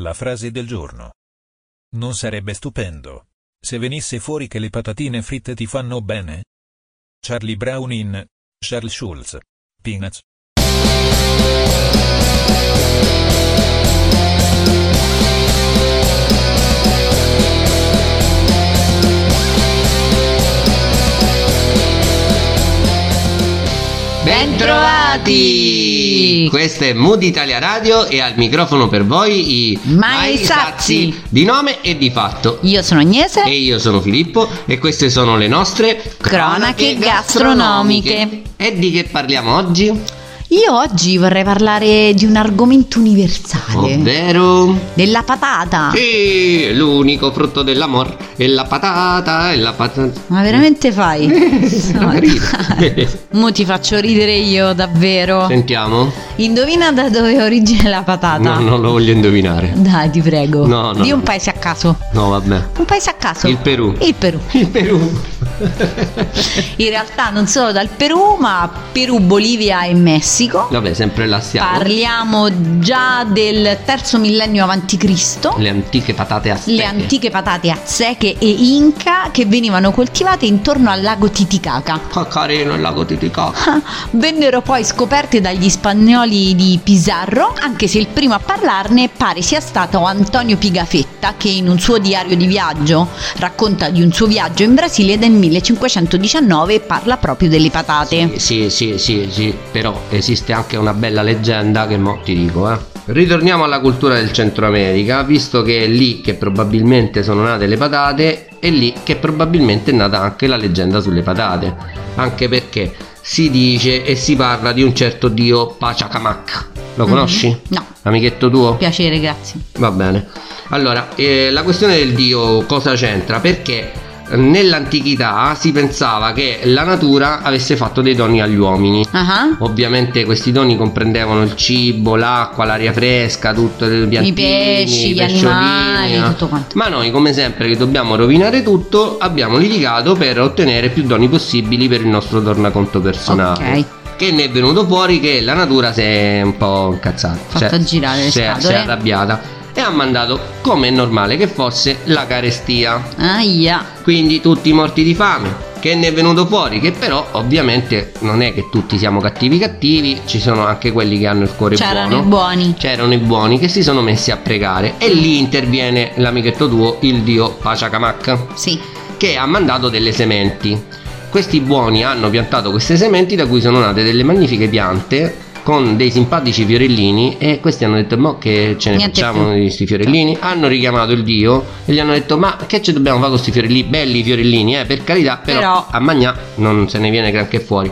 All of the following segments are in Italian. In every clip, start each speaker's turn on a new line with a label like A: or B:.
A: La frase del giorno. Non sarebbe stupendo se venisse fuori che le patatine fritte ti fanno bene. Charlie Brown in Charles Schulz. Peanuts.
B: Bentrovati! Questo è Mood Italia Radio e al microfono per voi i
C: Mai Sazzi.
B: di nome e di fatto.
C: Io sono Agnese.
B: E io sono Filippo e queste sono le nostre
C: Cronache gastronomiche. Ah,
B: E di che parliamo oggi?
C: Io oggi vorrei parlare di un argomento universale.
B: Ovvero
C: Della patata.
B: Sì, l'unico frutto dell'amor è la patata e la Eh, patata.
C: Ma veramente fai? No,
B: Ride.
C: Mo ti faccio ridere io, davvero.
B: Sentiamo?
C: Indovina da dove ha origine la patata.
B: No, non lo voglio indovinare.
C: Dai, ti prego.
B: No, no,
C: Di un
B: no.
C: paese a caso.
B: No, vabbè.
C: Un paese a caso.
B: Il Perù.
C: Il Perù.
B: Il Perù.
C: In realtà non solo dal Perù, ma Perù, Bolivia e Messico.
B: Vabbè, sempre là siamo.
C: Parliamo già del terzo millennio avanti Cristo.
B: Le antiche patate azteche.
C: le antiche patate azteche e inca che venivano coltivate intorno al lago Titicaca.
B: Ah, carino il lago Titicaca.
C: Vennero poi scoperte dagli spagnoli di Pizarro, anche se il primo a parlarne pare sia stato Antonio Pigafetta, che in un suo diario di viaggio racconta di un suo viaggio in Brasile del 1519 e parla proprio delle patate.
B: Sì, sì, sì, sì, però esiste anche una bella leggenda che mo ti dico, eh. Ritorniamo alla cultura del Centro America, visto che è lì che probabilmente sono nate le patate, è lì che probabilmente è nata anche la leggenda sulle patate, anche perché si dice e si parla di un certo dio Pachacamac.
C: Mhm.
B: Lo conosci?
C: Mm-hmm. No,
B: Amichetto tuo?
C: piacere, grazie.
B: Va bene. Allora, eh, la questione del Dio cosa c'entra? Perché eh, nell'antichità si pensava che la natura avesse fatto dei doni agli uomini.
C: Ah,
B: Ovviamente questi doni comprendevano il cibo, l'acqua, l'aria fresca, tutto gli
C: I
B: piantini,
C: pesci,
B: i
C: gli
B: pesciolini, eh.
C: animali,
B: no?
C: tutto quanto.
B: Ma noi, come sempre, che dobbiamo rovinare tutto, abbiamo litigato per ottenere più doni possibili per il nostro tornaconto personale.
C: Ok,
B: Che ne è venuto fuori che la natura si è un po' incazzata. cioè,
C: Fatta girare le
B: si è, si è
C: scatole.
B: arrabbiata e ha mandato, come è normale che fosse, la carestia.
C: aia,
B: Quindi tutti morti di fame. Che ne è venuto fuori? Che però ovviamente non è che tutti siamo cattivi cattivi, ci sono anche quelli che hanno il cuore
C: c'erano i
B: buono.
C: buoni.
B: C'erano i buoni che si sono messi a pregare e lì interviene l'amichetto tuo, il dio Pachacamac
C: Sì,
B: che ha mandato delle sementi. Questi buoni hanno piantato queste sementi da cui sono nate delle magnifiche piante con dei simpatici fiorellini e questi hanno detto ma che ce ne
C: Niente
B: facciamo
C: più."
B: di questi fiorellini? Hanno richiamato il dio e gli hanno detto ma che ci dobbiamo fare con questi fiorellini? Belli i fiorellini eh per carità però,
C: Però-
B: a Magnà non se ne viene granché fuori.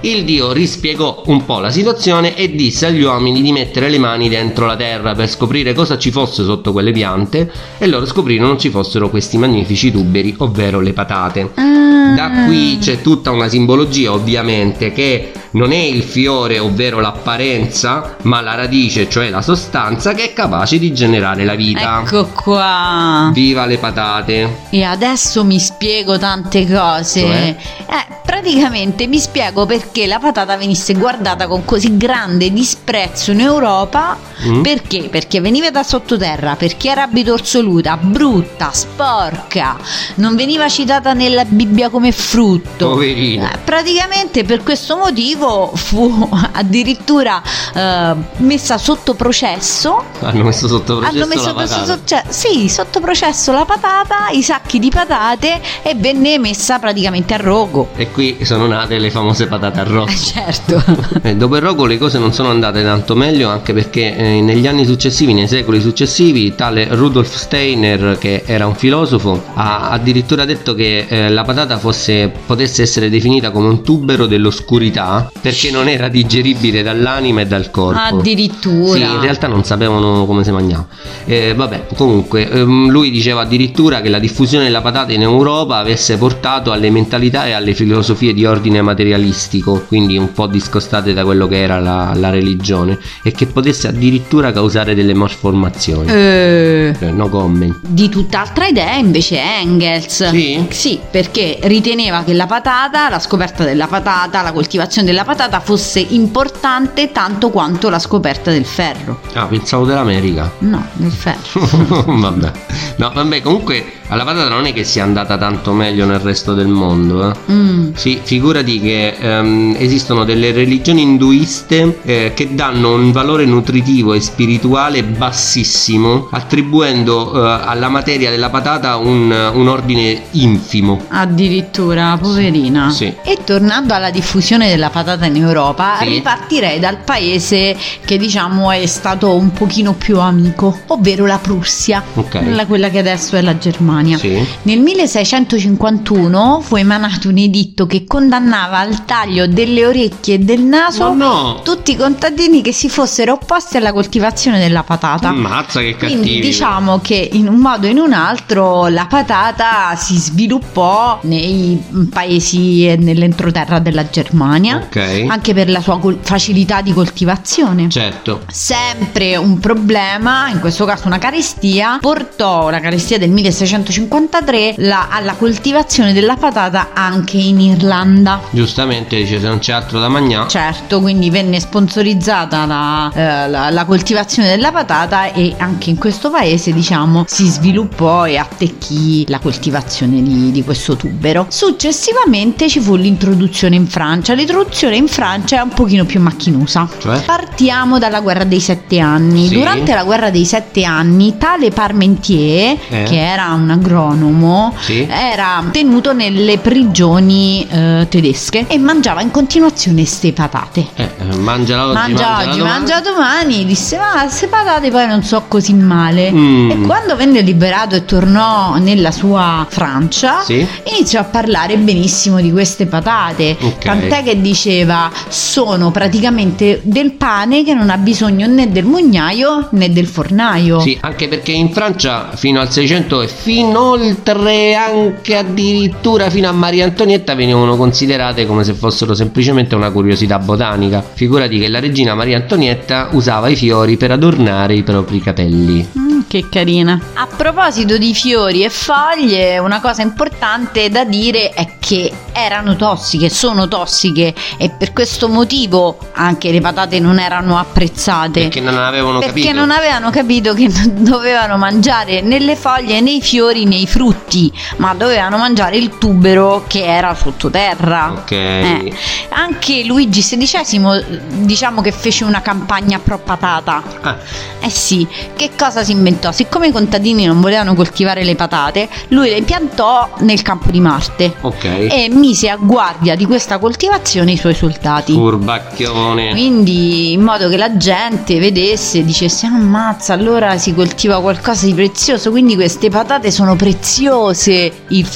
B: Il dio rispiegò un po' la situazione e disse agli uomini di mettere le mani dentro la terra per scoprire cosa ci fosse sotto quelle piante e loro scoprirono ci fossero questi magnifici tuberi, ovvero le patate.
C: Ah.
B: Da qui c'è tutta una simbologia ovviamente che non è il fiore, ovvero l'apparenza, ma la radice, cioè la sostanza che è capace di generare la vita.
C: Ecco qua.
B: Viva le patate!
C: E adesso mi spiego tante cose.
B: Cioè?
C: Eh, praticamente mi spiego perché la patata venisse guardata con così grande disprezzo in Europa.
B: Mm?
C: Perché? Perché veniva da sottoterra, perché era bitorsoluta, brutta, sporca, non veniva citata nella Bibbia come frutto.
B: Poverino.
C: Eh, Praticamente per questo motivo fu addirittura eh, messa sotto processo
B: Hanno messo sotto processo
C: hanno messo
B: la patata.
C: sotto, cioè, sì, sotto processo la patata, i sacchi di patate e venne messa praticamente a rogo.
B: E qui sono nate le famose patate
C: Eh,
B: arrosto.
C: certo.
B: Eh, dopo il rogo le cose non sono andate tanto meglio anche perché eh, negli anni successivi, nei secoli successivi, tale Rudolf Steiner, che era un filosofo, ha addirittura detto che eh, la patata fosse- potesse essere definita come un tubero dell'oscurità perché non era digeribile dall'anima e dal corpo.
C: Addirittura.
B: Sì, in realtà non sapevano come si mangiava. Eh, vabbè, comunque, ehm, lui diceva addirittura che la diffusione della patata in Europa avesse portato alle mentalità e alle filosofie filosofie di ordine materialistico, quindi un po' discostate da quello che era la, la religione, e che potesse addirittura causare delle malformazioni.
C: Eh,
B: Cioè, no comment.
C: di tutt'altra idea invece è Engels.
B: Sì?
C: Sì, perché riteneva che la patata, la scoperta della patata, la coltivazione della patata fosse importante tanto quanto la scoperta del ferro.
B: Ah, pensavo dell'America.
C: No, del ferro.
B: vabbè. No, vabbè, comunque alla patata non è che sia andata tanto meglio nel resto del mondo. Eh?
C: Mm.
B: Sì, figurati che ehm, esistono delle religioni induiste eh, che danno un valore nutritivo e spirituale bassissimo, attribuendo eh, alla materia della patata un, un ordine infimo.
C: Addirittura, poverina.
B: Sì.
C: E tornando alla diffusione della patata in Europa,
B: Sì.
C: ripartirei dal paese che diciamo è stato un pochino più amico, ovvero la Prussia,
B: Ok.
C: la- quella che adesso è la Germania.
B: Sì.
C: Nel 1651 fu emanato un editto che condannava al taglio delle orecchie e del naso
B: Ma no!
C: tutti i contadini che si fossero opposti alla coltivazione della patata.
B: Ammazza che cattivi.
C: Quindi diciamo che in un modo o in un altro la patata si sviluppò nei paesi e nell'entroterra della Germania,
B: Ok.
C: anche per la sua col- facilità di coltivazione.
B: Certo.
C: Sempre un problema, in questo caso una carestia, portò la carestia del 1653 la- alla coltivazione della patata anche in Irlanda.
B: Giustamente dice se non c'è altro da mangiare.
C: Certo, quindi venne sponsorizzata la, eh, la- la coltivazione della patata e anche in questo paese, diciamo, si sviluppò e attecchì la coltivazione di, di questo tubero. Successivamente ci fu l'introduzione in Francia. L'introduzione in Francia è un pochino più macchinosa.
B: Cioè?
C: Partiamo dalla guerra dei sette anni.
B: Sì.
C: Durante la guerra dei sette anni, tale Parmentier,
B: Eh.
C: che era un agronomo,
B: Sì.
C: era tenuto nelle prigioni eh, tedesche e mangiava in continuazione ste patate.
B: Eh, eh, mangiala oggi,
C: mangia
B: mangiala
C: oggi,
B: domani.
C: mangia domani, disse ma queste patate poi non so così male.
B: Mm.
C: E quando venne liberato e tornò nella sua Francia,
B: Sì?
C: iniziò a parlare benissimo di queste patate.
B: Ok.
C: Tant'è che diceva sono praticamente del pane che non ha bisogno né del mugnaio né del fornaio.
B: Sì, anche perché in Francia fino al 600 e fino oltre anche addirittura fino a Maria Antonietta venivano considerate come se fossero semplicemente una curiosità botanica. Figurati che la regina Maria Antonietta usava i fiori per adornare i propri capelli.
C: Mm, che carina. A proposito di fiori e foglie, una cosa importante da dire è che erano tossiche, sono tossiche e per questo motivo anche le patate non erano apprezzate.
B: Perché non avevano
C: Perché
B: capito.
C: non avevano capito che non dovevano mangiare né le foglie né i fiori né i frutti, ma dovevano mangiare il tubero che era sottoterra.
B: Ok.
C: Eh. Anche Luigi XVI diciamo che fece una campagna pro patata.
B: Ah.
C: Eh sì, che cosa si inventò? Siccome i contadini non volevano coltivare le patate, lui le piantò nel campo di Marte
B: Ok.
C: e mise a guardia di questa coltivazione i suoi soldati.
B: Furbacchione.
C: Quindi in modo che la gente vedesse e dicesse ammazza allora si coltiva qualcosa di prezioso, quindi queste patate sono preziose, il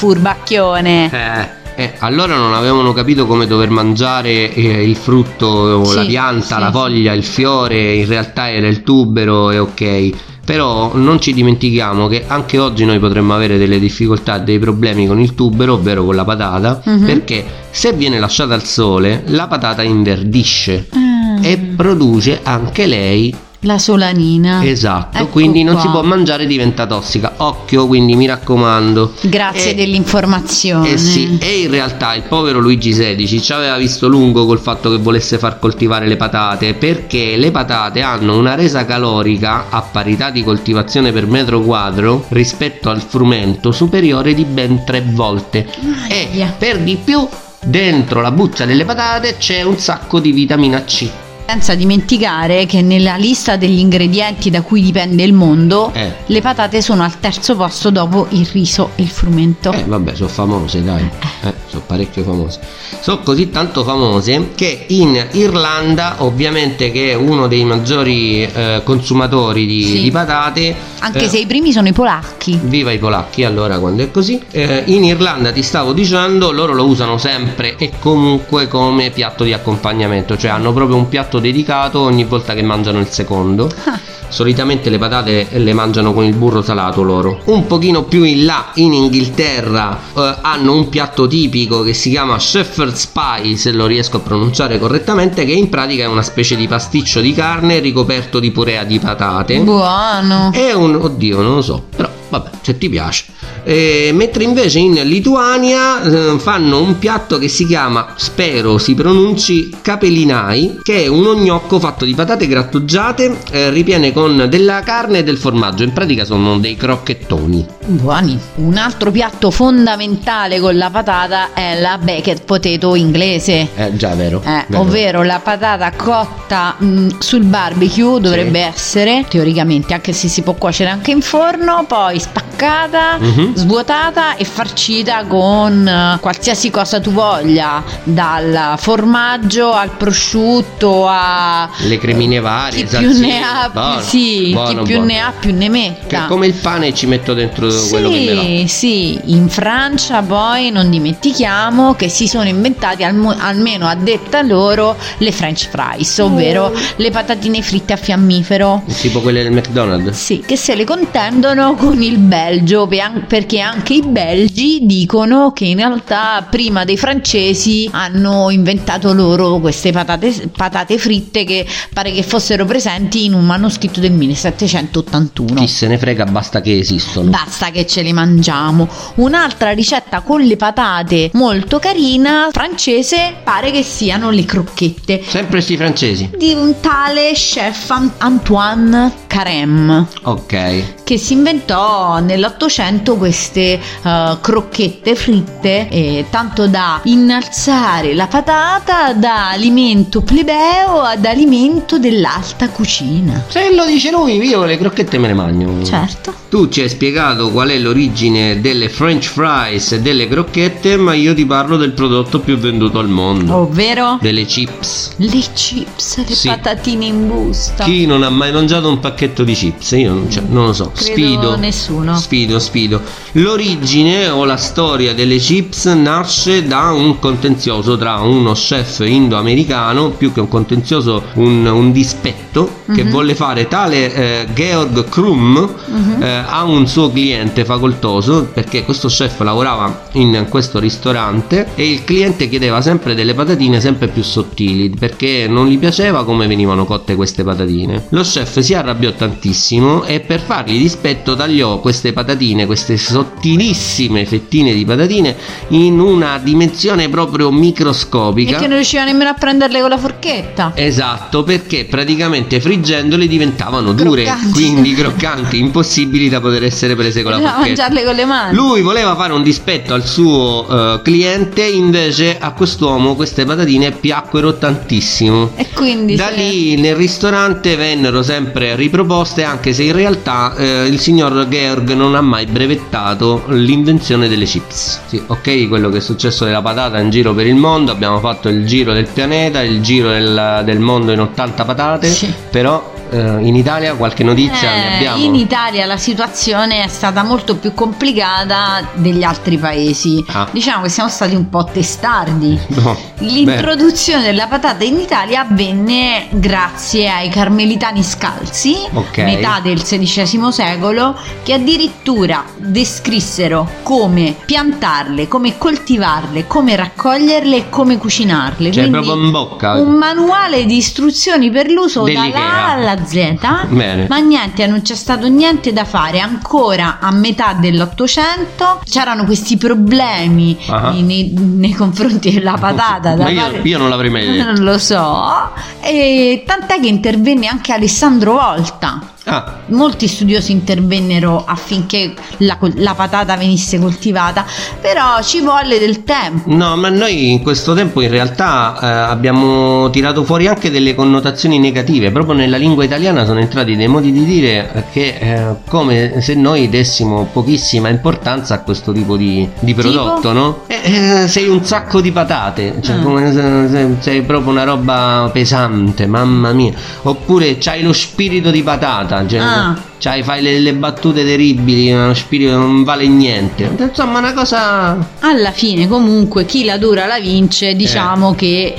C: furbacchione.
B: Eh, eh, allora non avevano capito come dover mangiare eh, il frutto, o
C: Sì,
B: la pianta,
C: sì,
B: la
C: sì.
B: foglia, il fiore, in realtà era il tubero e ok. Però non ci dimentichiamo che anche oggi noi potremmo avere delle difficoltà, dei problemi con il tubero, ovvero con la patata,
C: Mhm.
B: perché se viene lasciata al sole la patata inverdisce
C: Ah,
B: Eh. e produce anche lei,
C: la solanina.
B: esatto,
C: ecco
B: quindi non
C: qua.
B: si può mangiare diventa tossica. Occhio, quindi mi raccomando.
C: Grazie
B: Eh,
C: dell'informazione.
B: Eh sì, e in realtà il povero Luigi XVI ci aveva visto lungo col fatto che volesse far coltivare le patate perché le patate hanno una resa calorica a parità di coltivazione per metro quadro rispetto al frumento superiore di ben tre volte e
C: Aia.
B: per di più dentro la buccia delle patate c'è un sacco di vitamina C.
C: Senza dimenticare che nella lista degli ingredienti da cui dipende il mondo,
B: Eh,
C: le patate sono al terzo posto dopo il riso e il frumento.
B: Eh, vabbè, sono famose, dai. Eh, sono parecchio famose. Sono così tanto famose che in Irlanda, ovviamente, che è uno dei maggiori eh, consumatori di,
C: Sì.
B: di patate.
C: Anche
B: eh,
C: se i primi sono i polacchi.
B: Viva i polacchi, allora quando è così. Eh, in Irlanda ti stavo dicendo, loro lo usano sempre e comunque come piatto di accompagnamento, cioè hanno proprio un piatto dedicato ogni volta che mangiano il secondo.
C: Ah.
B: Solitamente le patate le mangiano con il burro salato loro. Un pochino più in là, in Inghilterra, eh, hanno un piatto tipico che si chiama shepherd's pie, se lo riesco a pronunciare correttamente, che in pratica è una specie di pasticcio di carne ricoperto di purea di patate.
C: Buono.
B: È un... oddio, non lo so, però vabbè, se ti piace. Eh, mentre invece in Lituania eh, fanno un piatto che si chiama, spero si pronunci, capelinai, che è uno gnocco fatto di patate grattugiate, eh, ripiene con della carne e del formaggio, in pratica sono dei crocchettoni.
C: Buoni. Un altro piatto fondamentale con la patata è la baked potato inglese.
B: Eh già, vero.
C: Eh,
B: Vero.
C: ovvero la patata cotta mh, sul barbecue dovrebbe essere teoricamente anche se si può cuocere anche in forno poi spaccata
B: Mhm.
C: svuotata e farcita con eh, qualsiasi cosa tu voglia dal formaggio al prosciutto a
B: Ah, Le cremine varie,
C: chi più
B: salsine,
C: ne ha
B: buono,
C: sì,
B: buono,
C: chi più
B: buono.
C: ne ha più ne metta
B: Che come il pane ci metto dentro quello che me l'ha.
C: sì, sì, in Francia poi non dimentichiamo che si sono inventati almo- almeno a detta loro le french fries, ovvero le patatine fritte a fiammifero.
B: Tipo quelle del McDonald's.
C: Sì, che se le contendono con il Belgio, pe- an- perché anche i belgi dicono che in realtà prima dei francesi hanno inventato loro queste patate, patate fritte che pare che fossero presenti in un manoscritto del 1781.
B: Chi se ne frega, basta che esistono.
C: Basta che ce le mangiamo. Un'altra ricetta con le patate molto carina, francese, pare che siano le crocchette
B: Sempre sti francesi.
C: di un tale chef An- Antoine Carême
B: Ok.
C: che si inventò nell'Ottocento queste eh, crocchette fritte eh, tanto da innalzare la patata da alimento plebeo ad alimento dell'alta cucina.
B: Se lo dice lui, io le crocchette me le mangio.
C: Certo.
B: Tu ci hai spiegato qual è l'origine delle french fries e delle crocchette, ma io ti parlo del prodotto più venduto al mondo.
C: Oh. Ovvero
B: Delle chips.
C: le chips, le
B: Sì.
C: patatine in busta.
B: Chi non ha mai mangiato un pacchetto di chips? Io non, cioè, non lo so.
C: Credo
B: sfido.
C: nessuno.
B: Sfido, sfido. L'origine o la storia delle chips nasce da un contenzioso tra uno chef indoamericano, più che un contenzioso, un, un dispetto, che
C: Mhm.
B: volle fare tale eh, Georg Krumm,
C: Mhm.
B: eh, ha un suo cliente facoltoso perché questo chef lavorava in questo ristorante e il cliente chiedeva sempre delle patatine sempre più sottili perché non gli piaceva come venivano cotte queste patatine. Lo chef si arrabbiò tantissimo e per fargli dispetto tagliò queste patatine, queste sottilissime fettine di patatine in una dimensione proprio
C: E
B: microscopica.
C: che non riusciva nemmeno a prenderle con la forchetta.
B: Esatto, perché praticamente friggendole diventavano dure,
C: Croccanti.
B: quindi croccanti, impossibili da poter essere prese con la
C: Doveva
B: forchetta.
C: mangiarle con le mani.
B: Lui voleva fare un dispetto al suo eh, cliente, invece a quest'uomo queste patatine piacquero tantissimo.
C: E quindi
B: Da
C: se-
B: lì nel ristorante vennero sempre riproposte, anche se in realtà eh, il signor Georg non ha mai brevettato l'invenzione delle chips. Sì, ok, quello che è successo della patata in giro per il mondo, abbiamo fatto il giro del pianeta, il giro del, del mondo in 80 patate,
C: Sì.
B: però eh, in Italia qualche notizia ne
C: Eh,
B: cioè, abbiamo.
C: in Italia la situazione è stata molto più complicata degli altri paesi.
B: Ah.
C: Diciamo che siamo stati un po' testardi.
B: No, Cioè, beh.
C: L'introduzione della patata in Italia avvenne grazie ai carmelitani scalzi,
B: Ok.
C: metà del XVI secolo, che addirittura descrissero come piantarle, come coltivarle, come raccoglierle e come cucinarle.
B: Cioè,
C: Quindi
B: proprio in bocca.
C: un manuale di istruzioni per l'uso
B: Dell'Ikea.
C: dalla A alla Z.
B: Bene.
C: Ma niente, non c'è stato niente da fare. Ancora a metà dell'Ottocento c'erano questi problemi
B: Ah.
C: nei- nei, nei confronti della patata. da
B: Ma io,
C: fare-
B: io non l'avrei mai detto.
C: non lo so. E tant'è che intervenne anche Alessandro Volta.
B: Ah,
C: Molti studiosi intervennero affinché la, col- la patata venisse coltivata, però ci volle del tempo.
B: no, ma noi in questo tempo in realtà eh, abbiamo tirato fuori anche delle connotazioni negative. Proprio nella lingua italiana sono entrati dei modi di dire eh, che eh, come se noi dessimo pochissima importanza a questo tipo di, di prodotto, no? Eh, eh, sei un sacco di patate, cioè,
C: Ah.
B: come se- se- sei proprio una roba pesante, mamma mia. Oppure c'hai lo spirito di patata, cioè,
C: Ah.
B: c'hai, fai le, le battute terribili, lo spirito non vale niente. Insomma, una cosa Eh.
C: Alla fine, comunque, chi la dura la vince, diciamo che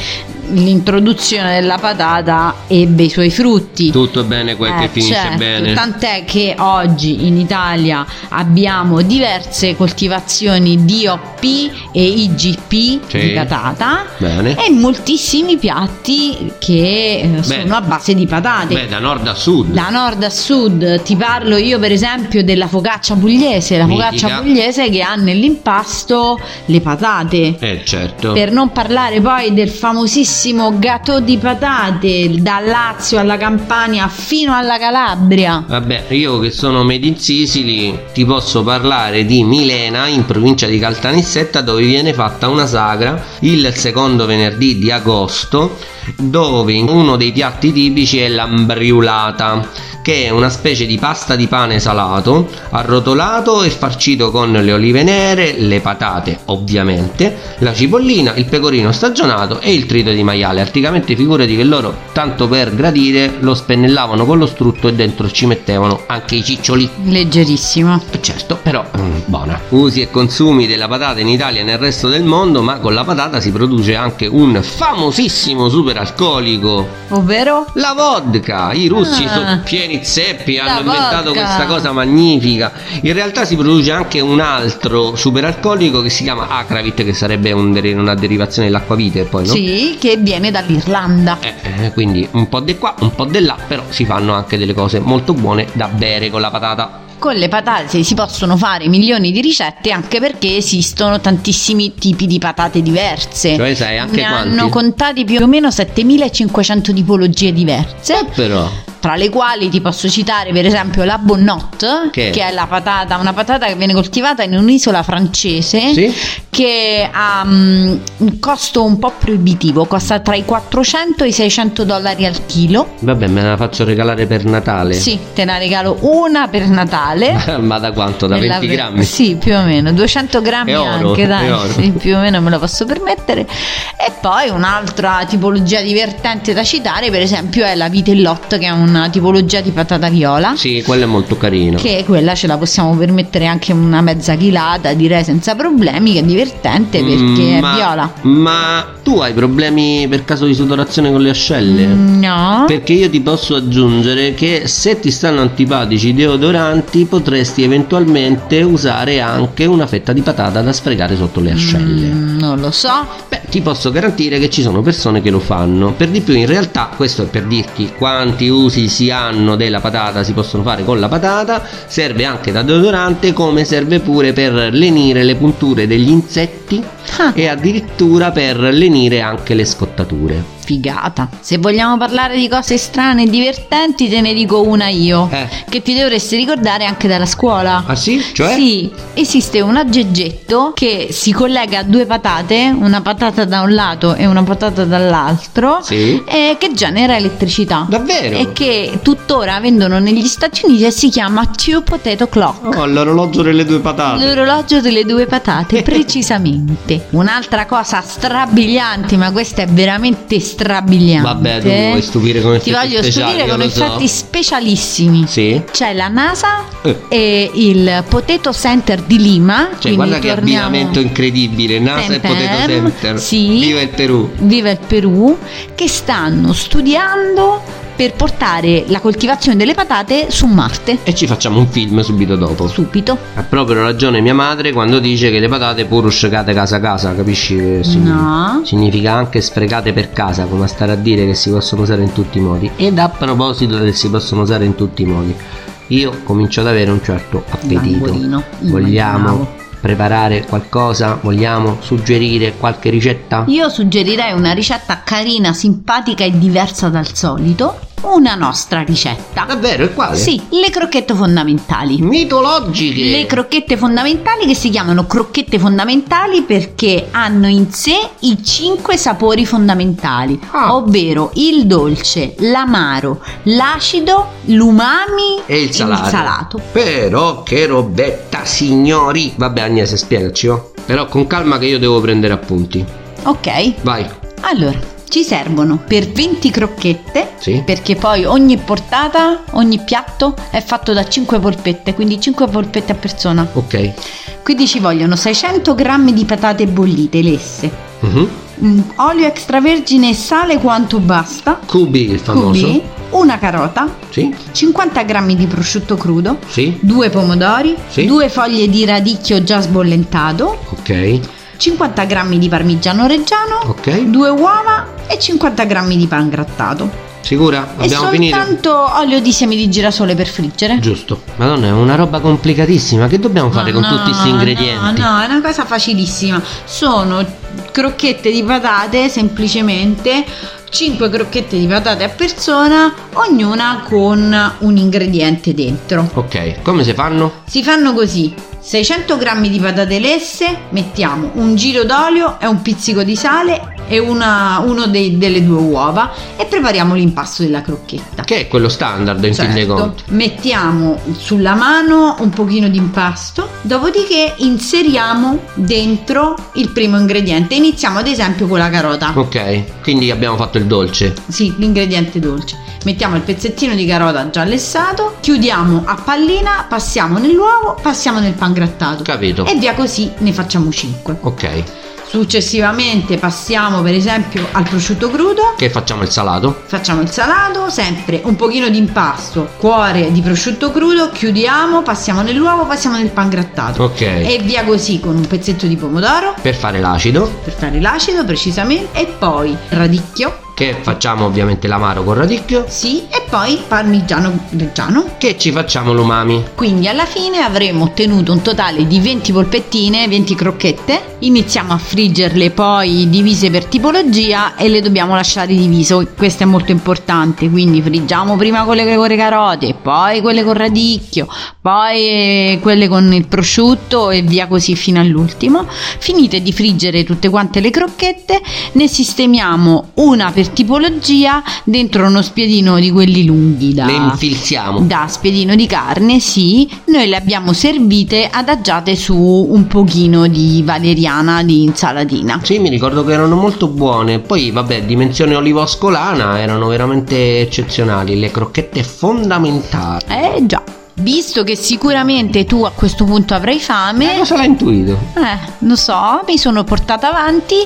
C: l'introduzione della patata ebbe i suoi frutti.
B: Tutto è bene quel che
C: Eh,
B: finisce
C: certo,
B: bene.
C: Tant'è che oggi in Italia abbiamo diverse coltivazioni DOP e IGP
B: Sì.
C: di patata
B: Bene.
C: e moltissimi piatti che eh, sono a base di patate.
B: Beh, da nord a sud.
C: Da nord a sud ti parlo io per esempio della focaccia pugliese, la
B: Mitica.
C: focaccia pugliese che ha nell'impasto le patate.
B: Eh, certo.
C: Per non parlare poi del famosissimo gatto di patate da Lazio alla Campania fino alla Calabria.
B: Vabbè, io che sono made in Sicily ti posso parlare di Milena in provincia di Caltanissetta dove viene fatta una sagra il secondo venerdì di agosto dove uno dei piatti tipici è l'ambriulata che è una specie di pasta di pane salato arrotolato e farcito con le olive nere, le patate ovviamente, la cipollina, il pecorino stagionato e il trito di maiale. Praticamente figurati che loro, tanto per gradire, lo spennellavano con lo strutto e dentro ci mettevano anche i ciccioli.
C: Leggerissimo.
B: Eh, Certo, però mm, buona. Usi e consumi della patata in Italia e nel resto del mondo, ma con la patata si produce anche un famosissimo superalcolico
C: Ovvero?
B: la vodka! I russi
C: Ah.
B: sono pieni zeppi,
C: La
B: hanno inventato
C: vodka.
B: questa cosa magnifica. In realtà si produce anche un altro superalcolico che si chiama Akravit, che sarebbe un deri- una derivazione dell'acquavite poi, no?
C: Sì, che viene dall'Irlanda.
B: Eh, eh, quindi un po' di qua, un po' di là, però si fanno anche delle cose molto buone da bere con la patata.
C: Con le patate si possono fare milioni di ricette anche perché esistono tantissimi tipi di patate diverse.
B: Cioè sai anche
C: Eh. ne
B: quanti?
C: hanno contati più o meno 7500 tipologie diverse.
B: Però,
C: tra le quali ti posso citare per esempio la bonnot
B: Che è?
C: che, è la patata una patata che viene coltivata in un'isola francese
B: sì?
C: che ha mm, un costo un po' proibitivo costa tra i 400 e i 600 dollari al chilo
B: Vabbè, me la faccio regalare per Natale.
C: sì te ne regalo una per Natale
B: Ma da quanto? Da
C: Nella-
B: 20 grammi?
C: Sì, più o meno, 200 grammi
B: È oro,
C: anche,
B: è
C: dai,
B: oro.
C: sì, più o meno me lo posso permettere. E poi un'altra tipologia divertente da citare, per esempio, è la vitellotte, che è una tipologia di patata viola.
B: Sì, quello è molto carino.
C: Che quella ce la possiamo permettere anche una mezza chilata, direi senza problemi, che è divertente perché
B: Mm, ma-
C: è viola.
B: Ma tu hai problemi per caso di sudorazione con le ascelle?
C: Mm, No,
B: Perché io ti posso aggiungere che se ti stanno antipatici i deodoranti potresti eventualmente usare anche una fetta di patata da sfregare sotto le ascelle.
C: Mm, non lo so.
B: Beh, ti posso garantire che ci sono persone che lo fanno. Per di più, in realtà, questo è per dirti quanti usi si hanno della patata, si possono fare con la patata. Serve anche da deodorante, come serve pure per lenire le punture degli insetti
C: Ah,
B: e addirittura per lenire anche le scottature.
C: figata. Se vogliamo parlare di cose strane e divertenti, te ne dico una io.
B: Eh,
C: che ti dovresti ricordare anche dalla scuola.
B: ah sì? Cioè?
C: Sì, esiste un aggeggetto che si collega a due patate, una patata da un lato e una patata dall'altro,
B: Sì?
C: e che genera elettricità.
B: Davvero?
C: E che tuttora vendono negli Stati Uniti e si chiama Two Potato Clock.
B: Oh, l'orologio delle due patate.
C: L'orologio delle due patate, precisamente. Un'altra cosa strabiliante, ma questa è veramente strabiliante. Eh?
B: Vabbè, tu mi vuoi stupire con
C: Ti
B: effetti
C: voglio
B: speciali,
C: stupire
B: io
C: con
B: lo so.
C: effetti specialissimi.
B: Sì?
C: C'è la NASA
B: Eh.
C: e il Potato Center di Lima.
B: Cioè,
C: quindi
B: guarda che
C: torniamo-
B: abbinamento incredibile, NASA
C: Sempre.
B: e Potato Center.
C: Sì.
B: Viva il Perù.
C: Viva il Perù, che stanno studiando per portare la coltivazione delle patate su Marte.
B: E ci facciamo un film subito dopo.
C: Subito.
B: Ha proprio ragione mia madre quando dice che le patate pur uscicate casa a casa, capisci? che significa?
C: No.
B: Significa anche sprecate per casa, come a stare a dire che si possono usare in tutti i modi. Ed a proposito del si possono usare in tutti i modi, io comincio ad avere un certo appetito.
C: Languorino,
B: Vogliamo
C: immaginavo.
B: preparare qualcosa? Vogliamo suggerire qualche ricetta?
C: Io suggerirei una ricetta carina, simpatica e diversa dal solito. Una nostra ricetta.
B: Davvero, e quale?
C: Sì, le crocchette fondamentali.
B: Mitologiche!
C: Le crocchette fondamentali che si chiamano crocchette fondamentali perché hanno in sé i cinque sapori fondamentali,
B: Ah.
C: ovvero il dolce, l'amaro, l'acido, l'umami
B: e il salato.
C: il salato.
B: Però che robetta, signori! Vabbè, Agnese, spiegaci, oh. Però con calma che io devo prendere appunti.
C: Ok,
B: Vai.
C: allora ci servono per 20 crocchette
B: Sì.
C: perché poi ogni portata, ogni piatto è fatto da 5 polpette, quindi 5 polpette a persona.
B: Ok.
C: Quindi ci vogliono 600 g di patate bollite lesse.
B: Mhm.
C: mm, olio extravergine e sale quanto basta,
B: QB il famoso.
C: QB, una carota,
B: Sì,
C: 50 g di prosciutto crudo,
B: sì,
C: due pomodori,
B: Sì.
C: due foglie di radicchio già sbollentato,
B: ok,
C: 50 g di parmigiano reggiano,
B: ok.
C: due uova e 50 g di pan grattato.
B: Sicura? Abbiamo
C: e
B: finito?
C: soltanto olio di semi di girasole per friggere.
B: Giusto. Madonna, è una roba complicatissima. Che dobbiamo fare con
C: Ma no,
B: tutti questi ingredienti?
C: No, no, è una cosa facilissima. Sono crocchette di patate, semplicemente 5 crocchette di patate a persona, ognuna con un ingrediente dentro.
B: Ok, come si fanno?
C: Si fanno così: 600 g di patate lesse, mettiamo un giro d'olio e un pizzico di sale e una- uno dei- delle due uova e prepariamo l'impasto della crocchetta.
B: Che è quello standard in fin dei
C: Certo.
B: conti.
C: Mettiamo sulla mano un pochino di impasto, dopodiché inseriamo dentro il primo ingrediente. Iniziamo ad esempio con la carota.
B: Ok, quindi abbiamo fatto il dolce.
C: Sì, l'ingrediente dolce. Mettiamo il pezzettino di carota già lessato, chiudiamo a pallina, passiamo nell'uovo, passiamo nel pan grattato.
B: Capito?
C: E via così ne facciamo 5.
B: Ok,
C: Successivamente passiamo per esempio al prosciutto crudo,
B: che facciamo il salato?
C: Facciamo il salato, sempre un pochino di impasto, cuore di prosciutto crudo, chiudiamo, passiamo nell'uovo, passiamo nel pan grattato.
B: Ok.
C: E via così con un pezzetto di pomodoro
B: Per fare l'acido,
C: per fare l'acido precisamente e poi radicchio,
B: che facciamo ovviamente l'amaro con radicchio,
C: sì, e poi parmigiano reggiano.
B: che ci facciamo l'umami.
D: Quindi alla fine avremo ottenuto un totale di 20 polpettine, 20 crocchette.
C: Iniziamo a friggerle poi divise per tipologia e le dobbiamo lasciare diviso, questo è molto importante, quindi friggiamo prima quelle con le carote, poi quelle con radicchio, poi eh, quelle con il prosciutto e via così fino all'ultimo. Finite di friggere tutte quante le crocchette, ne sistemiamo una per tipologia dentro uno spiedino di quelli lunghi da
B: Le infilziamo.
C: da spiedino di carne, sì, noi le abbiamo servite adagiate su un pochino di valeriana di insalatina.
B: Sì, mi ricordo che erano molto buone. Poi, vabbè, dimensione olivoscolana erano veramente eccezionali. Le crocchette fondamentali.
C: Eh già,
D: Visto che sicuramente tu a questo punto avrai
B: Eh,
D: fame,
B: Cosa l'ha intuito?
D: eh, lo so, mi sono portata avanti e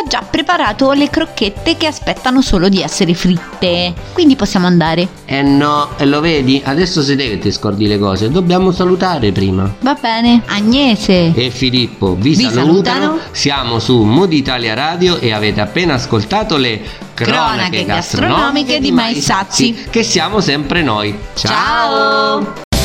D: ho già preparato le crocchette che aspettano solo di essere fritte. Quindi possiamo andare.
B: Eh no, e lo vedi? Adesso se te che ti scordi le cose. Dobbiamo salutare prima.
D: Va bene, Agnese.
B: E Filippo vi,
D: Vi
B: salutano.
D: salutano.
B: Siamo su Mood Italia Radio e avete appena ascoltato le cronache,
D: Cronache
B: gastronomiche
D: gastronomiche
B: di
D: di
B: Mai
D: Mai Sazzi.
B: Sazzi, che siamo sempre noi. Ciao.
D: Ciao.